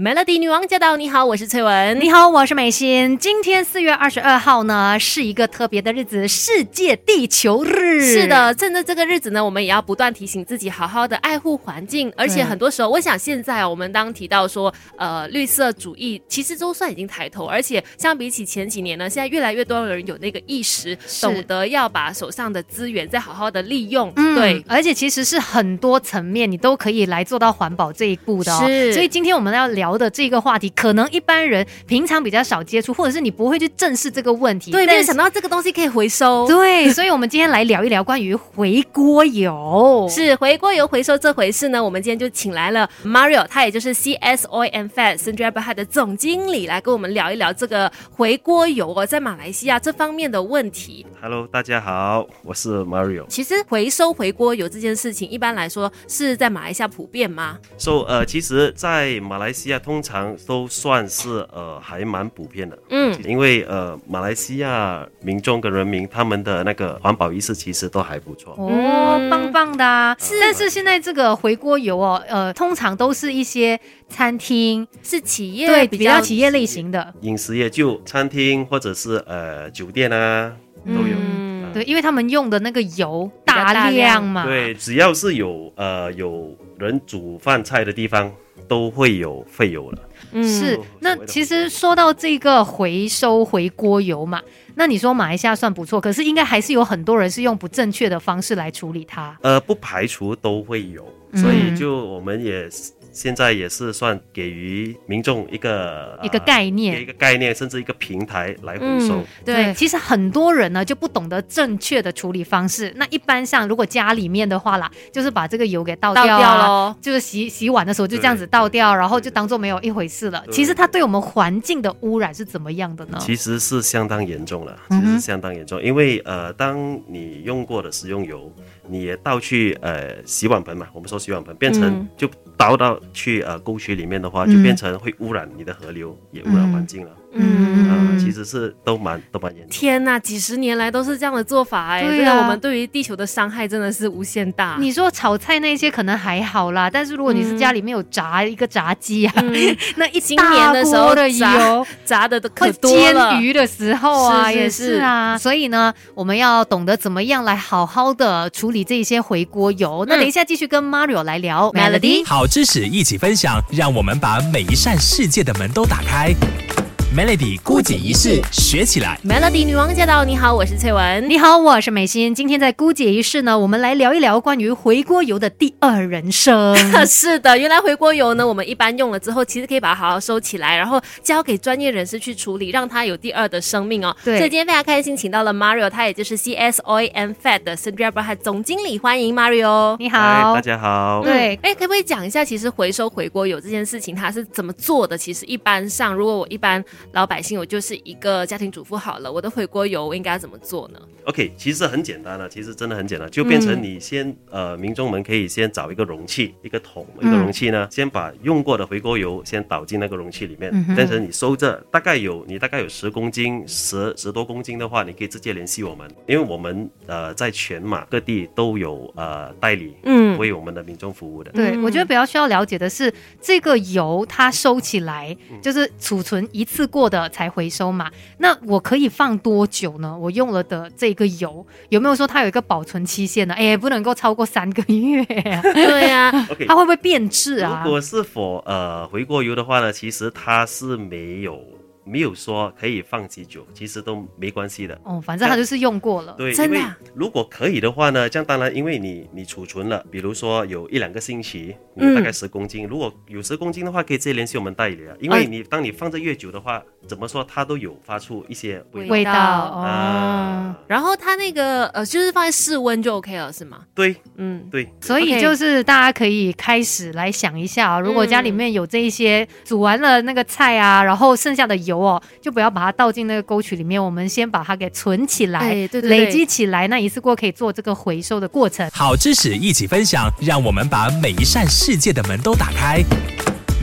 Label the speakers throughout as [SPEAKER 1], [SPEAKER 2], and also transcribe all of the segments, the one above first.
[SPEAKER 1] Melody 女王驾到！你好，我是翠文。
[SPEAKER 2] 你好，我是美心。今天四月二十二号呢，是一个特别的日子——世界地球日。
[SPEAKER 1] 是的，趁着这个日子呢，我们也要不断提醒自己，好好的爱护环境。而且很多时候，我想现在啊，我们当提到说，呃，绿色主义，其实都算已经抬头。而且相比起前几年呢，现在越来越多人有那个意识，
[SPEAKER 2] 是
[SPEAKER 1] 懂得要把手上的资源再好好的利用。
[SPEAKER 2] 嗯
[SPEAKER 1] 对，
[SPEAKER 2] 而且其实是很多层面你都可以来做到环保这一步的、哦。
[SPEAKER 1] 是
[SPEAKER 2] 所以今天我们要聊的这个话题，可能一般人平常比较少接触，或者是你不会去正视这个问题。
[SPEAKER 1] 对，没
[SPEAKER 2] 但
[SPEAKER 1] 有
[SPEAKER 2] 是
[SPEAKER 1] 想到这个东西可以回收。
[SPEAKER 2] 对，所以我们今天来聊一聊关于回锅油。
[SPEAKER 1] 是回锅油回收这回事呢，我们今天就请来了 Mario，他也就是 CS Oil and Fat s i n d r a b h a 的总经理来跟我们聊一聊这个回锅油哦，在马来西亚这方面的问题。
[SPEAKER 3] Hello，大家好，我是 Mario。
[SPEAKER 1] 其实回收回锅油这件事情，一般来说是在马来西亚普遍吗？
[SPEAKER 3] So，呃，其实，在马来西亚通常都算是呃还蛮普遍的，
[SPEAKER 1] 嗯，
[SPEAKER 3] 因为呃马来西亚民众跟人民他们的那个环保意识其实都还不错。
[SPEAKER 2] 哦
[SPEAKER 1] 嗯，
[SPEAKER 2] 棒棒的、啊！
[SPEAKER 3] 是
[SPEAKER 2] 但是现在这个回锅油哦，呃，通常都是一些餐厅，
[SPEAKER 1] 是企业
[SPEAKER 2] 对，
[SPEAKER 1] 比
[SPEAKER 2] 比
[SPEAKER 1] 较嗯
[SPEAKER 2] 较企业类型的，
[SPEAKER 3] 饮食业就餐厅或者是呃酒店啊都有。
[SPEAKER 1] 嗯
[SPEAKER 3] 嗯
[SPEAKER 2] 对，因为他们用的那个油
[SPEAKER 1] 比较大
[SPEAKER 2] 大
[SPEAKER 1] 量
[SPEAKER 2] 量嘛，，
[SPEAKER 3] 对，只要是有呃有人煮饭菜的地方，都会有废油了。
[SPEAKER 1] 嗯
[SPEAKER 2] 是
[SPEAKER 3] 嗯。
[SPEAKER 2] 那其实说到这个回收回锅油嘛，那你说马来西亚算不错，可是应该还是有很多人是用不正确的方式来处理它。
[SPEAKER 3] 呃，不排除都会有，
[SPEAKER 2] 嗯
[SPEAKER 3] 所以就我们也是现在也是算给予民众一个、呃
[SPEAKER 2] 一个概
[SPEAKER 3] 一
[SPEAKER 2] 念，
[SPEAKER 3] 个概念，甚至一个平台来回收。
[SPEAKER 1] 嗯对，
[SPEAKER 2] 其实很多人呢就不懂得正确的处理方式。那一般上，如果家里面的话啦，就是把这个油给倒
[SPEAKER 1] 倒
[SPEAKER 2] 掉
[SPEAKER 1] 掉
[SPEAKER 2] 啊，
[SPEAKER 1] 喽。
[SPEAKER 2] 就是洗洗碗的时候就这样子
[SPEAKER 3] 对
[SPEAKER 2] 倒掉，
[SPEAKER 3] 对
[SPEAKER 2] 然后就
[SPEAKER 3] 对
[SPEAKER 2] 当做没有一回事了。
[SPEAKER 3] 对
[SPEAKER 2] 其实它对我们环境的污染是怎么样的呢？
[SPEAKER 3] 其实是相当严重了，其
[SPEAKER 2] 嗯哼
[SPEAKER 3] 实是相当严重，因为呃，当你用过的食用油，你也倒去呃洗碗盆嘛，我们说洗碗盆变成
[SPEAKER 1] 嗯
[SPEAKER 3] 就倒到去呃沟渠里面的话，
[SPEAKER 2] 嗯
[SPEAKER 3] 就变成会污染你的河流，也污染环境了。
[SPEAKER 2] 嗯
[SPEAKER 3] 啊、
[SPEAKER 2] 嗯
[SPEAKER 3] 其实是都蛮都蛮严重的。
[SPEAKER 1] 天呐，几十年来都是这样的做法哎、
[SPEAKER 2] 对啊
[SPEAKER 1] 这个我们对于地球的伤害真的是无限大。
[SPEAKER 2] 你说炒菜那些可能还好啦，但是如果你是家里面有炸一个炸鸡啊，
[SPEAKER 1] 嗯
[SPEAKER 2] 那一
[SPEAKER 1] 新年的时候
[SPEAKER 2] 大锅的油，
[SPEAKER 1] 炸的都
[SPEAKER 2] 或
[SPEAKER 1] 可多了
[SPEAKER 2] 煎，鱼的时候啊，
[SPEAKER 1] 是是
[SPEAKER 2] 也是啊。所以呢，我们要懂得怎么样来好好的处理这些回锅油。那
[SPEAKER 1] 嗯
[SPEAKER 2] 等一下继续跟 Mario 来聊
[SPEAKER 1] Melody
[SPEAKER 4] 好知识一起分享，让我们把每一扇世界的门都打开。Melody 孤己一室，学起来。
[SPEAKER 1] Melody 女王驾到！你好，我是翠文。
[SPEAKER 2] 你好，我是美心。今天在姑姐一事呢，我们来聊一聊关于回锅油的第二人生。
[SPEAKER 1] 是的，原来回锅油呢，我们一般用了之后，其实可以把它好好收起来，然后交给专业人士去处理，让它有第二的生命哦。
[SPEAKER 2] 对
[SPEAKER 1] 所以今天非常开心，请到了 Mario，他也就是 CS Oil and Fat 的 s i n d r a b h a 总经理，欢迎 Mario。
[SPEAKER 2] 你
[SPEAKER 3] 嗨
[SPEAKER 2] 好
[SPEAKER 3] 哎大，家好。
[SPEAKER 2] 对
[SPEAKER 1] 嗯哎、可不可以讲一下，其实回收回锅油这件事情它是怎么做的？其实一般上，如果我一般老百姓，我就是一个家庭主妇好了，我的回锅油我应该怎么做呢？
[SPEAKER 3] OK，其实很简单了、啊其实真的很简单，就变
[SPEAKER 2] 嗯
[SPEAKER 3] 成你先、呃，民众们可以先找一个容器，一个桶，一
[SPEAKER 2] 嗯
[SPEAKER 3] 个容器呢，先把用过的回锅油先倒进那个容器里面
[SPEAKER 2] 嗯，哼
[SPEAKER 3] 变成你收着，大概有你大概有十公斤，十十多公斤的话，你可以直接联系我们，因为我们呃在全马各地都有呃代理
[SPEAKER 1] 嗯，
[SPEAKER 3] 为我们的民众服务的。
[SPEAKER 2] 对，
[SPEAKER 1] 嗯
[SPEAKER 2] 我觉得比较需要了解的是，这个油它收起来
[SPEAKER 3] 嗯
[SPEAKER 2] 就是储存一次过的才回收嘛。那我可以放多久呢？我用了的这个油有没有说它有一个保存期限呢？哎，不能够超过三个月啊，
[SPEAKER 1] 对呀、
[SPEAKER 3] OK，
[SPEAKER 2] 它会不会变质啊
[SPEAKER 3] 如？果是否呃回锅油的话呢，其实它是没有没有说可以放几久，其实都没关系的。
[SPEAKER 2] 哦，反正它就是用过了。
[SPEAKER 3] 对，
[SPEAKER 1] 真
[SPEAKER 3] 因
[SPEAKER 1] 的
[SPEAKER 3] 为
[SPEAKER 1] 啊
[SPEAKER 3] 如果可以的话呢，这样当然，因为你你储存了，比如说有一两个星期，你有大概
[SPEAKER 1] 嗯
[SPEAKER 3] 十公斤，如果有十公斤的话，可以直接联系我们代理啊，因
[SPEAKER 1] 哎
[SPEAKER 3] 为你、当你放着越久的话，怎么说它都有发出一些味道
[SPEAKER 2] 味道
[SPEAKER 1] 道
[SPEAKER 2] 哦
[SPEAKER 3] 啊，
[SPEAKER 1] 然后它那个呃，就是放在室温就 OK 了，是吗？
[SPEAKER 3] 对
[SPEAKER 1] 嗯，
[SPEAKER 3] 对，
[SPEAKER 2] 所以
[SPEAKER 1] OK
[SPEAKER 2] 就是大家可以开始来想一下、啊，如果家里面有这一些煮完了那个菜啊，然后剩下的油哦，就不要把它倒进那个沟渠里面，我们先把它给存起来，
[SPEAKER 1] 哎对对对
[SPEAKER 2] 累积起来，那一次过可以做这个回收的过程。
[SPEAKER 4] 好知识一起分享，让我们把每一扇世界的门都打开。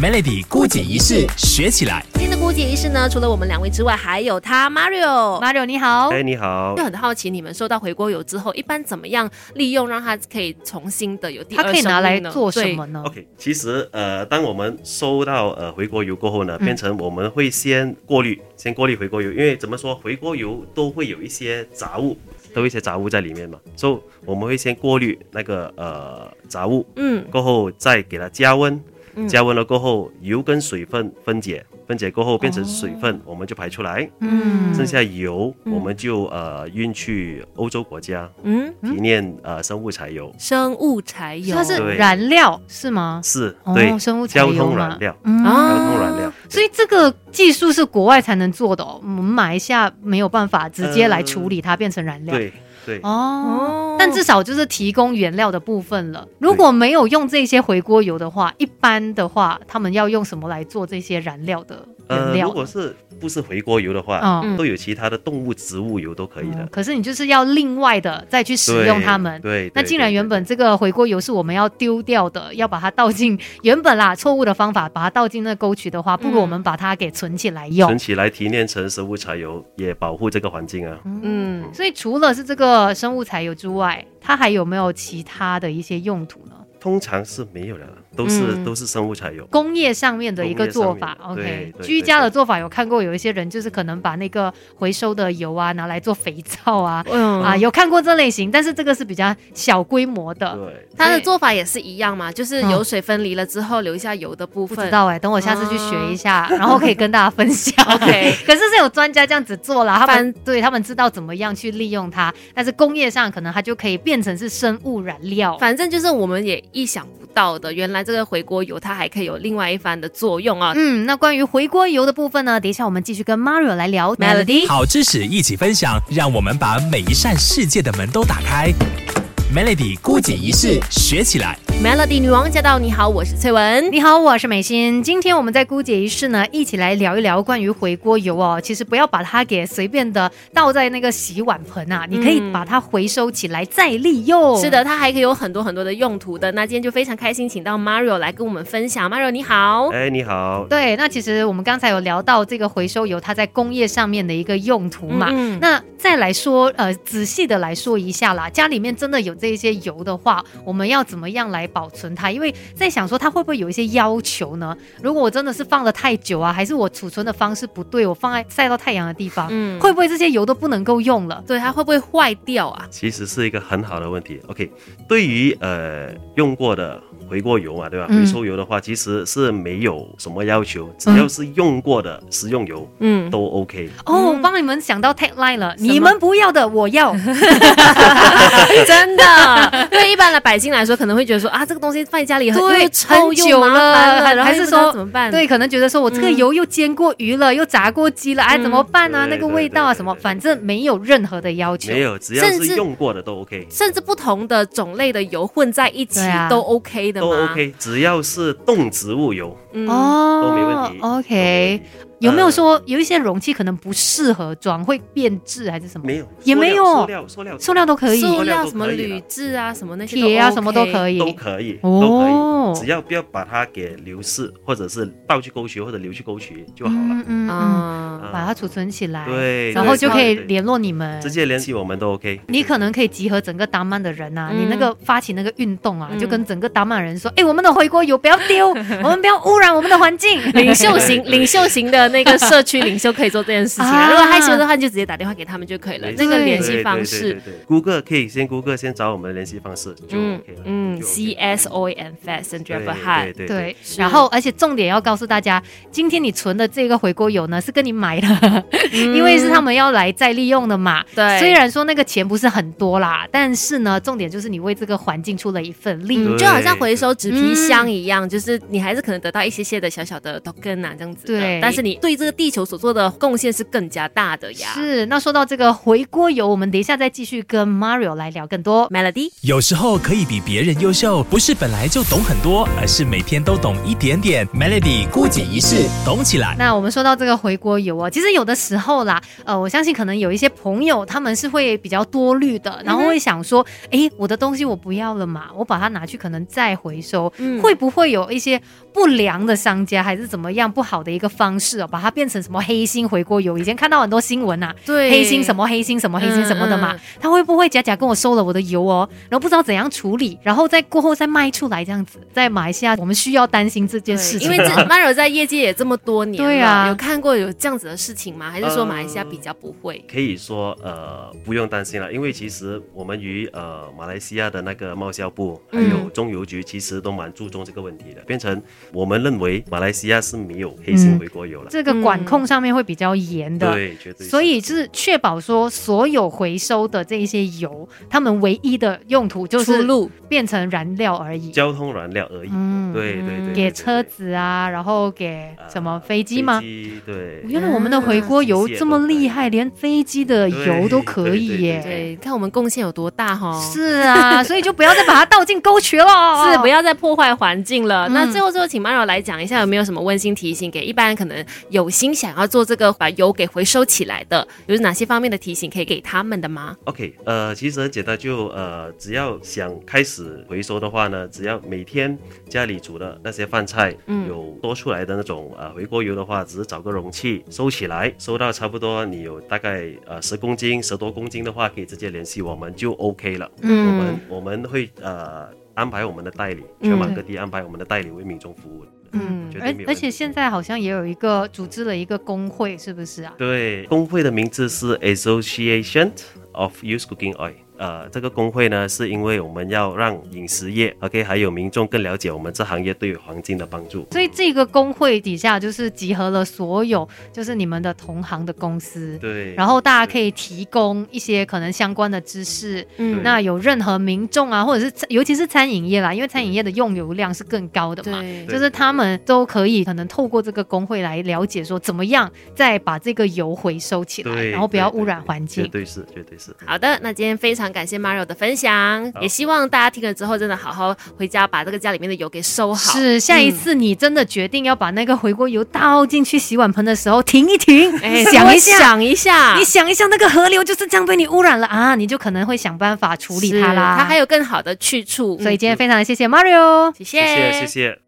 [SPEAKER 4] Melody 姑姐仪式学起来。
[SPEAKER 1] 今天的姑姐仪式呢，除了我们两位之外，还有他 Mario。
[SPEAKER 2] Mario 你好，
[SPEAKER 3] 哎，你好
[SPEAKER 1] 就，很好奇，你们收到回锅油之后，一般怎么样利用让它可以重新的有第
[SPEAKER 2] 它
[SPEAKER 1] 二
[SPEAKER 2] 可以
[SPEAKER 1] 生
[SPEAKER 2] 拿来
[SPEAKER 1] 命呢
[SPEAKER 2] 做什
[SPEAKER 1] 对
[SPEAKER 2] 么呢？
[SPEAKER 3] OK，其实呃，当我们收到呃回锅油过后
[SPEAKER 1] 嗯
[SPEAKER 3] 呢，变成我们会先过滤，先过滤回锅油，因为怎么说，回锅油都会有一些杂物，都有一些杂物在里面嘛，所、以我们会先过滤那个呃杂物，
[SPEAKER 1] 嗯，
[SPEAKER 3] 过后再给它加温
[SPEAKER 1] 嗯，
[SPEAKER 3] 加温了过后，油跟水分分解，分解过后变成水分，我们就排出来，
[SPEAKER 2] 哦嗯
[SPEAKER 3] 剩下油我们就呃运去欧洲国家
[SPEAKER 1] 嗯，
[SPEAKER 3] 提炼呃生物柴油，
[SPEAKER 1] 生物柴油，
[SPEAKER 2] 它是
[SPEAKER 3] 哦对
[SPEAKER 2] 燃料是吗？
[SPEAKER 3] 是
[SPEAKER 2] 哦
[SPEAKER 3] 对
[SPEAKER 2] 生物柴
[SPEAKER 3] 交
[SPEAKER 2] 油
[SPEAKER 3] 通
[SPEAKER 2] 嘛
[SPEAKER 3] 燃料。
[SPEAKER 2] 嗯
[SPEAKER 1] 啊
[SPEAKER 3] 交通燃料，
[SPEAKER 2] 所以这个技术是国外才能做的哦，我们马来西亚没有办法直接来处理它变成燃料。
[SPEAKER 3] 对对
[SPEAKER 2] 哦。
[SPEAKER 1] 哦
[SPEAKER 2] 但至少就是提供原料的部分了。如果没有用这些回锅油的话，一般的话，他们要用什么来做这些燃料的原
[SPEAKER 3] 呃，
[SPEAKER 2] 料
[SPEAKER 3] 如
[SPEAKER 2] 呢？
[SPEAKER 3] 果是不是回锅油的话，
[SPEAKER 2] 嗯
[SPEAKER 3] 都有其他的动物、植物油都可以的
[SPEAKER 2] 嗯。可是你就是要另外的再去使
[SPEAKER 3] 对
[SPEAKER 2] 用它们。
[SPEAKER 3] 对，
[SPEAKER 2] 那
[SPEAKER 3] 对
[SPEAKER 2] 既然
[SPEAKER 3] 对
[SPEAKER 2] 原
[SPEAKER 3] 对
[SPEAKER 2] 本这个回锅油是我们要丢掉的，要把它倒进原本啦错误的方法把它倒进那沟渠的话，不如
[SPEAKER 1] 嗯
[SPEAKER 2] 我们把它给存起来用
[SPEAKER 3] 存。起来提炼成生物柴油，也保护这个环境啊。
[SPEAKER 1] 嗯，
[SPEAKER 2] 所以除了是这个生物柴油之外，它还有没有其他的一些用途呢？
[SPEAKER 3] 通常是没有的，都是、
[SPEAKER 1] 嗯
[SPEAKER 3] 都是生物柴油。
[SPEAKER 2] 工业上面的一个做法
[SPEAKER 3] 工业上面
[SPEAKER 2] ，OK，
[SPEAKER 3] 对对
[SPEAKER 2] 居家的做法有看过，有一些人就是可能把那个回收的油啊拿来做肥皂啊。
[SPEAKER 1] 嗯
[SPEAKER 2] 啊，有看过这类型，但是这个是比较小规模的，
[SPEAKER 3] 对，
[SPEAKER 1] 它的做法也是一样嘛，就是
[SPEAKER 2] 嗯
[SPEAKER 1] 油水分离了之后留一下油的部
[SPEAKER 2] 不
[SPEAKER 1] 分。
[SPEAKER 2] 知道哎、等我下次去学一下， 然后可以跟大家分享。
[SPEAKER 1] OK
[SPEAKER 2] 可是是有专家这样子做了，他们
[SPEAKER 1] 反
[SPEAKER 2] 对他们知道怎么样去利用它，但是工业上可能它就可以变成是生物燃料。
[SPEAKER 1] 反正就是我们也意想不到的，原来这个回锅油它还可以有另外一番的作用啊。
[SPEAKER 2] 嗯，那关于回锅油的部分呢，等一下我们继续跟 Mario 来聊 Melody。
[SPEAKER 4] 好知识一起分享，让我们把每一扇世界的门都打开。Melody 姑姐仪式学起来。
[SPEAKER 1] Melody 女王驾到，你好，我是翠 文。
[SPEAKER 2] 你好，我是美心。今天我们在姑姐仪式呢，一起来聊一聊关于回锅油哦。其实不要把它给随便的倒在那个洗碗盆啊，你可以把它回收起来再利用。
[SPEAKER 1] 是，的，它还可以有很多很多的用途的。那今天就非常开心，请到 Mario 来跟我们分享。Mario 你好，
[SPEAKER 3] 哎，你好，
[SPEAKER 2] 对。那其实我们刚才有聊到这个回收油，它在工业上面的一个用途嘛。
[SPEAKER 1] 嗯
[SPEAKER 2] 那再来说，呃，仔细的来说一下啦，家里面真的有这些油的话，我们要怎么样来保存它？因为在想说它会不会有一些要求呢？如果我真的是放了太久啊，还是我储存的方式不对，我放在晒到太阳的地方，
[SPEAKER 1] 嗯
[SPEAKER 2] 会不会这些油都不能够用了？
[SPEAKER 1] 对它会不会坏掉啊？
[SPEAKER 3] 其实是一个很好的问题。OK，对于呃用过的回锅油嘛，对吧？
[SPEAKER 2] 嗯
[SPEAKER 3] 回收油的话，其实是没有什么要求，只要是用过的食用油
[SPEAKER 1] 嗯，
[SPEAKER 3] 都 OK。
[SPEAKER 2] 哦，
[SPEAKER 1] 嗯
[SPEAKER 2] 我帮你们想到 tagline 了，
[SPEAKER 1] 么
[SPEAKER 2] 你们不要的我要。
[SPEAKER 3] 嗯
[SPEAKER 1] 真的，对一般的百姓来说，可能会觉得说啊，这个东西放在家里很
[SPEAKER 2] 对
[SPEAKER 1] 又臭
[SPEAKER 2] 很
[SPEAKER 1] 又
[SPEAKER 2] 久
[SPEAKER 1] 麻烦
[SPEAKER 2] 了
[SPEAKER 1] 了，然后又
[SPEAKER 2] 还是
[SPEAKER 1] 不知道
[SPEAKER 2] 说
[SPEAKER 1] 怎么办？
[SPEAKER 2] 对，可能觉得说我这个
[SPEAKER 1] 嗯
[SPEAKER 2] 油又煎过鱼了，又炸过鸡了，哎，
[SPEAKER 1] 嗯
[SPEAKER 2] 怎么办呢、啊？那
[SPEAKER 3] 嗯对
[SPEAKER 2] 个
[SPEAKER 3] 对
[SPEAKER 2] 味道啊
[SPEAKER 3] 对
[SPEAKER 2] 什么，
[SPEAKER 3] 对对
[SPEAKER 2] 反正没有任何的要求。
[SPEAKER 3] 没有，只要
[SPEAKER 1] 甚至
[SPEAKER 3] 是用过的都 OK，
[SPEAKER 1] 甚至不同的种类的油混在一起
[SPEAKER 2] 对啊
[SPEAKER 1] 都 OK 的
[SPEAKER 3] 都
[SPEAKER 1] 吗
[SPEAKER 3] OK，只要是动植物油
[SPEAKER 1] 嗯，
[SPEAKER 2] 哦，
[SPEAKER 3] 都没问题。都没问
[SPEAKER 2] OK，
[SPEAKER 3] 题
[SPEAKER 2] 有没有
[SPEAKER 3] 呃
[SPEAKER 2] 说有一些容器可能不适合装，会变质还是什么？
[SPEAKER 3] 没有，
[SPEAKER 2] 也
[SPEAKER 3] 塑
[SPEAKER 2] 没
[SPEAKER 3] 料
[SPEAKER 2] 有
[SPEAKER 3] 塑料，塑料，
[SPEAKER 2] 塑料都可以，
[SPEAKER 1] 塑
[SPEAKER 3] 料
[SPEAKER 1] 料
[SPEAKER 3] 都
[SPEAKER 1] 什么
[SPEAKER 3] 可以
[SPEAKER 1] 铝
[SPEAKER 3] 啦
[SPEAKER 1] 制啊，什么那些
[SPEAKER 2] 铁啊
[SPEAKER 1] OK
[SPEAKER 2] 什么都可以，
[SPEAKER 3] 都可以，
[SPEAKER 2] 哦
[SPEAKER 3] 都可以，只要不要把它给流失，或者是倒去沟渠或者流去沟渠就好了。
[SPEAKER 2] 嗯嗯嗯，
[SPEAKER 1] 啊。
[SPEAKER 2] 把它储存起来，
[SPEAKER 3] 对
[SPEAKER 2] 然后
[SPEAKER 1] 对
[SPEAKER 2] 就可以
[SPEAKER 3] 对对
[SPEAKER 2] 联络你们
[SPEAKER 3] 直。接联系我们都 OK。
[SPEAKER 2] 你可能可以集合整个达曼的人啊，
[SPEAKER 1] 嗯
[SPEAKER 2] 你那个发起那个运动啊，
[SPEAKER 1] 嗯
[SPEAKER 2] 就跟整个达曼人说，哎，我们的回锅油不要 丢，我们不要污染我们的环境。
[SPEAKER 1] 领袖型、
[SPEAKER 3] 对对
[SPEAKER 1] 领袖型的那个社区领袖可以做这件事情啊。
[SPEAKER 2] 啊
[SPEAKER 1] 如果害羞的话，你就直接打电话给他们就可以了。那个联系方式，
[SPEAKER 3] g o o g l e 可以先 Google 先找我们的联系方式就
[SPEAKER 1] 嗯
[SPEAKER 3] OK 了。
[SPEAKER 1] 嗯
[SPEAKER 3] 就
[SPEAKER 1] ，C
[SPEAKER 3] OK 了
[SPEAKER 1] S O N Fast and Drive
[SPEAKER 3] 对
[SPEAKER 1] Hard。
[SPEAKER 2] 对
[SPEAKER 3] 对对，
[SPEAKER 1] 是
[SPEAKER 2] 然后而且重点要告诉大家，今天你存的这个回锅油呢，是跟你买的，因为是他们要来再利用的嘛。
[SPEAKER 1] 嗯对
[SPEAKER 2] 虽然说那个钱不是很多啦，但是呢，重点就是你为这个环境出了一份力。
[SPEAKER 1] 嗯，
[SPEAKER 3] 对
[SPEAKER 1] 就好像回收纸皮箱一样，就是你还是可能得到一些些的小小的 token 啊，这样子的。
[SPEAKER 2] 对
[SPEAKER 1] 但是你你对这个地球所做的贡献是更加大的呀。
[SPEAKER 2] 是，那说到这个回锅油，我们等一下再继续跟 Mario 来聊更多。
[SPEAKER 1] Melody，
[SPEAKER 4] 有时候可以比别人优秀，不是本来就懂很多，而是每天都懂一点点。Melody 孤姐一世，懂起来。
[SPEAKER 2] 那我们说到这个回锅油哦，其实有的时候啦，呃，我相信可能有一些朋友他们是会比较多虑
[SPEAKER 1] 嗯
[SPEAKER 2] 的，然后会想说，诶，我的东西我不要了嘛，我把它拿去可能再回收，
[SPEAKER 1] 嗯
[SPEAKER 2] 会不会有一些不良的商家还是怎么样不好的一个方式哦，把它变成什么黑心回锅油？以前看到很多新闻啊，
[SPEAKER 1] 对
[SPEAKER 2] 黑心什么黑心什么黑心什么的嘛，
[SPEAKER 1] 嗯嗯
[SPEAKER 2] 他会不会假假跟我收了我的油哦，然后不知道怎样处理，然后再过后再卖出来这样子，在马来西亚我们需要担心这件事
[SPEAKER 1] 对，
[SPEAKER 2] 情
[SPEAKER 1] 因 为这 Mario 在业界也这么多年了，
[SPEAKER 2] 对啊
[SPEAKER 1] 有看过有这样子的事情吗？还是说马来西亚
[SPEAKER 3] 呃
[SPEAKER 1] 比较不会？
[SPEAKER 3] 可以说呃不用担心了，因为其实我们与呃马来西亚的那个贸销部
[SPEAKER 2] 嗯
[SPEAKER 3] 还有中邮局其实都蛮注重这个问题的，变成我们认为马来西亚是没有黑心回国油了，
[SPEAKER 2] 这个管控上面会比较严的。
[SPEAKER 3] 嗯对，绝对是。
[SPEAKER 2] 所以就是确保说，所有回收的这一些油，它们唯一的用途就
[SPEAKER 1] 出
[SPEAKER 2] 是
[SPEAKER 1] 路
[SPEAKER 2] 变成燃料而已。
[SPEAKER 3] 交通燃料而已，
[SPEAKER 2] 嗯
[SPEAKER 3] 对对对，
[SPEAKER 2] 给
[SPEAKER 3] 对
[SPEAKER 2] 车子啊，然后给什么飞机吗？
[SPEAKER 3] 对，
[SPEAKER 2] 原来我们的回锅油这么厉害，连飞机的油都可以
[SPEAKER 3] 对
[SPEAKER 2] 耶！
[SPEAKER 1] 对，看我们贡献有多大哈、哦。
[SPEAKER 2] 是啊，所以就不要再把它倒进沟渠了，哦
[SPEAKER 1] 是不要再破坏环境了。
[SPEAKER 2] 嗯
[SPEAKER 1] 那最后最后，请 Mario 来讲一下，有没有什么温馨提醒给一般可能有心想要做这个把油给回收起来的，有哪些方面的提醒可以给他们的吗？
[SPEAKER 3] OK，呃，其实很简单，就呃，只要想开始回收的话呢，只要每天家里煮的那些饭菜，
[SPEAKER 1] 嗯
[SPEAKER 3] 有多出来的那种呃回锅油的话，只是找个容器收起来，收到差不多你有大概呃十公斤、十多公斤的话，可以直接联系我们就 OK 了。我们
[SPEAKER 1] 嗯，
[SPEAKER 3] 我们会呃安排我们的代理，
[SPEAKER 1] 嗯
[SPEAKER 3] 全马各地安排我们的代理为民众服务的。
[SPEAKER 1] 嗯
[SPEAKER 3] 绝对
[SPEAKER 2] 而
[SPEAKER 3] 没有
[SPEAKER 2] 而
[SPEAKER 3] 问
[SPEAKER 2] 且
[SPEAKER 3] 题
[SPEAKER 2] 现在好像也有一个组织了一个工会，是不是啊？
[SPEAKER 3] 对，工会的名字是 Association of Youth Cooking Oil。呃，这个工会呢，是因为我们要让饮食业，OK，还有民众更了解我们这行业对于环境的帮助。
[SPEAKER 2] 所以这个工会底下就是集合了所有就是你们的同行的公司，
[SPEAKER 3] 对，
[SPEAKER 2] 然后大家可以提供一些可能相关的知识。
[SPEAKER 1] 嗯
[SPEAKER 2] 那有任何民众啊，或者是餐尤其是餐饮业啦，因为餐饮业的用油量是更高的嘛，
[SPEAKER 1] 对
[SPEAKER 2] 就是他们都可以可能透过这个工会来了解说怎么样再把这个油回收起来，
[SPEAKER 3] 对，
[SPEAKER 2] 然后不要
[SPEAKER 3] 对
[SPEAKER 2] 污染环
[SPEAKER 3] 绝
[SPEAKER 2] 境。
[SPEAKER 3] 对是，绝对是。
[SPEAKER 1] 好的，那今天非常感谢 Mario 的分享，
[SPEAKER 3] 好
[SPEAKER 1] 也希望大家听了之后真的好好回家把这个家里面的油给收好。嗯
[SPEAKER 2] 是，下一次你真的决定要把那个回锅油倒进去洗碗盆的时候，停一停，
[SPEAKER 1] 哎，
[SPEAKER 2] 想
[SPEAKER 1] 想
[SPEAKER 2] 一
[SPEAKER 1] 一
[SPEAKER 2] 想。
[SPEAKER 1] 想一下，
[SPEAKER 2] 你想一下，那个河流就是这样被你污染了啊，你就可能会想办法处理它啦。
[SPEAKER 1] 它还有更好的去处。嗯
[SPEAKER 2] 所以今天非常谢谢 Mario，
[SPEAKER 1] 谢
[SPEAKER 3] 谢
[SPEAKER 1] 谢，
[SPEAKER 3] 谢，谢谢。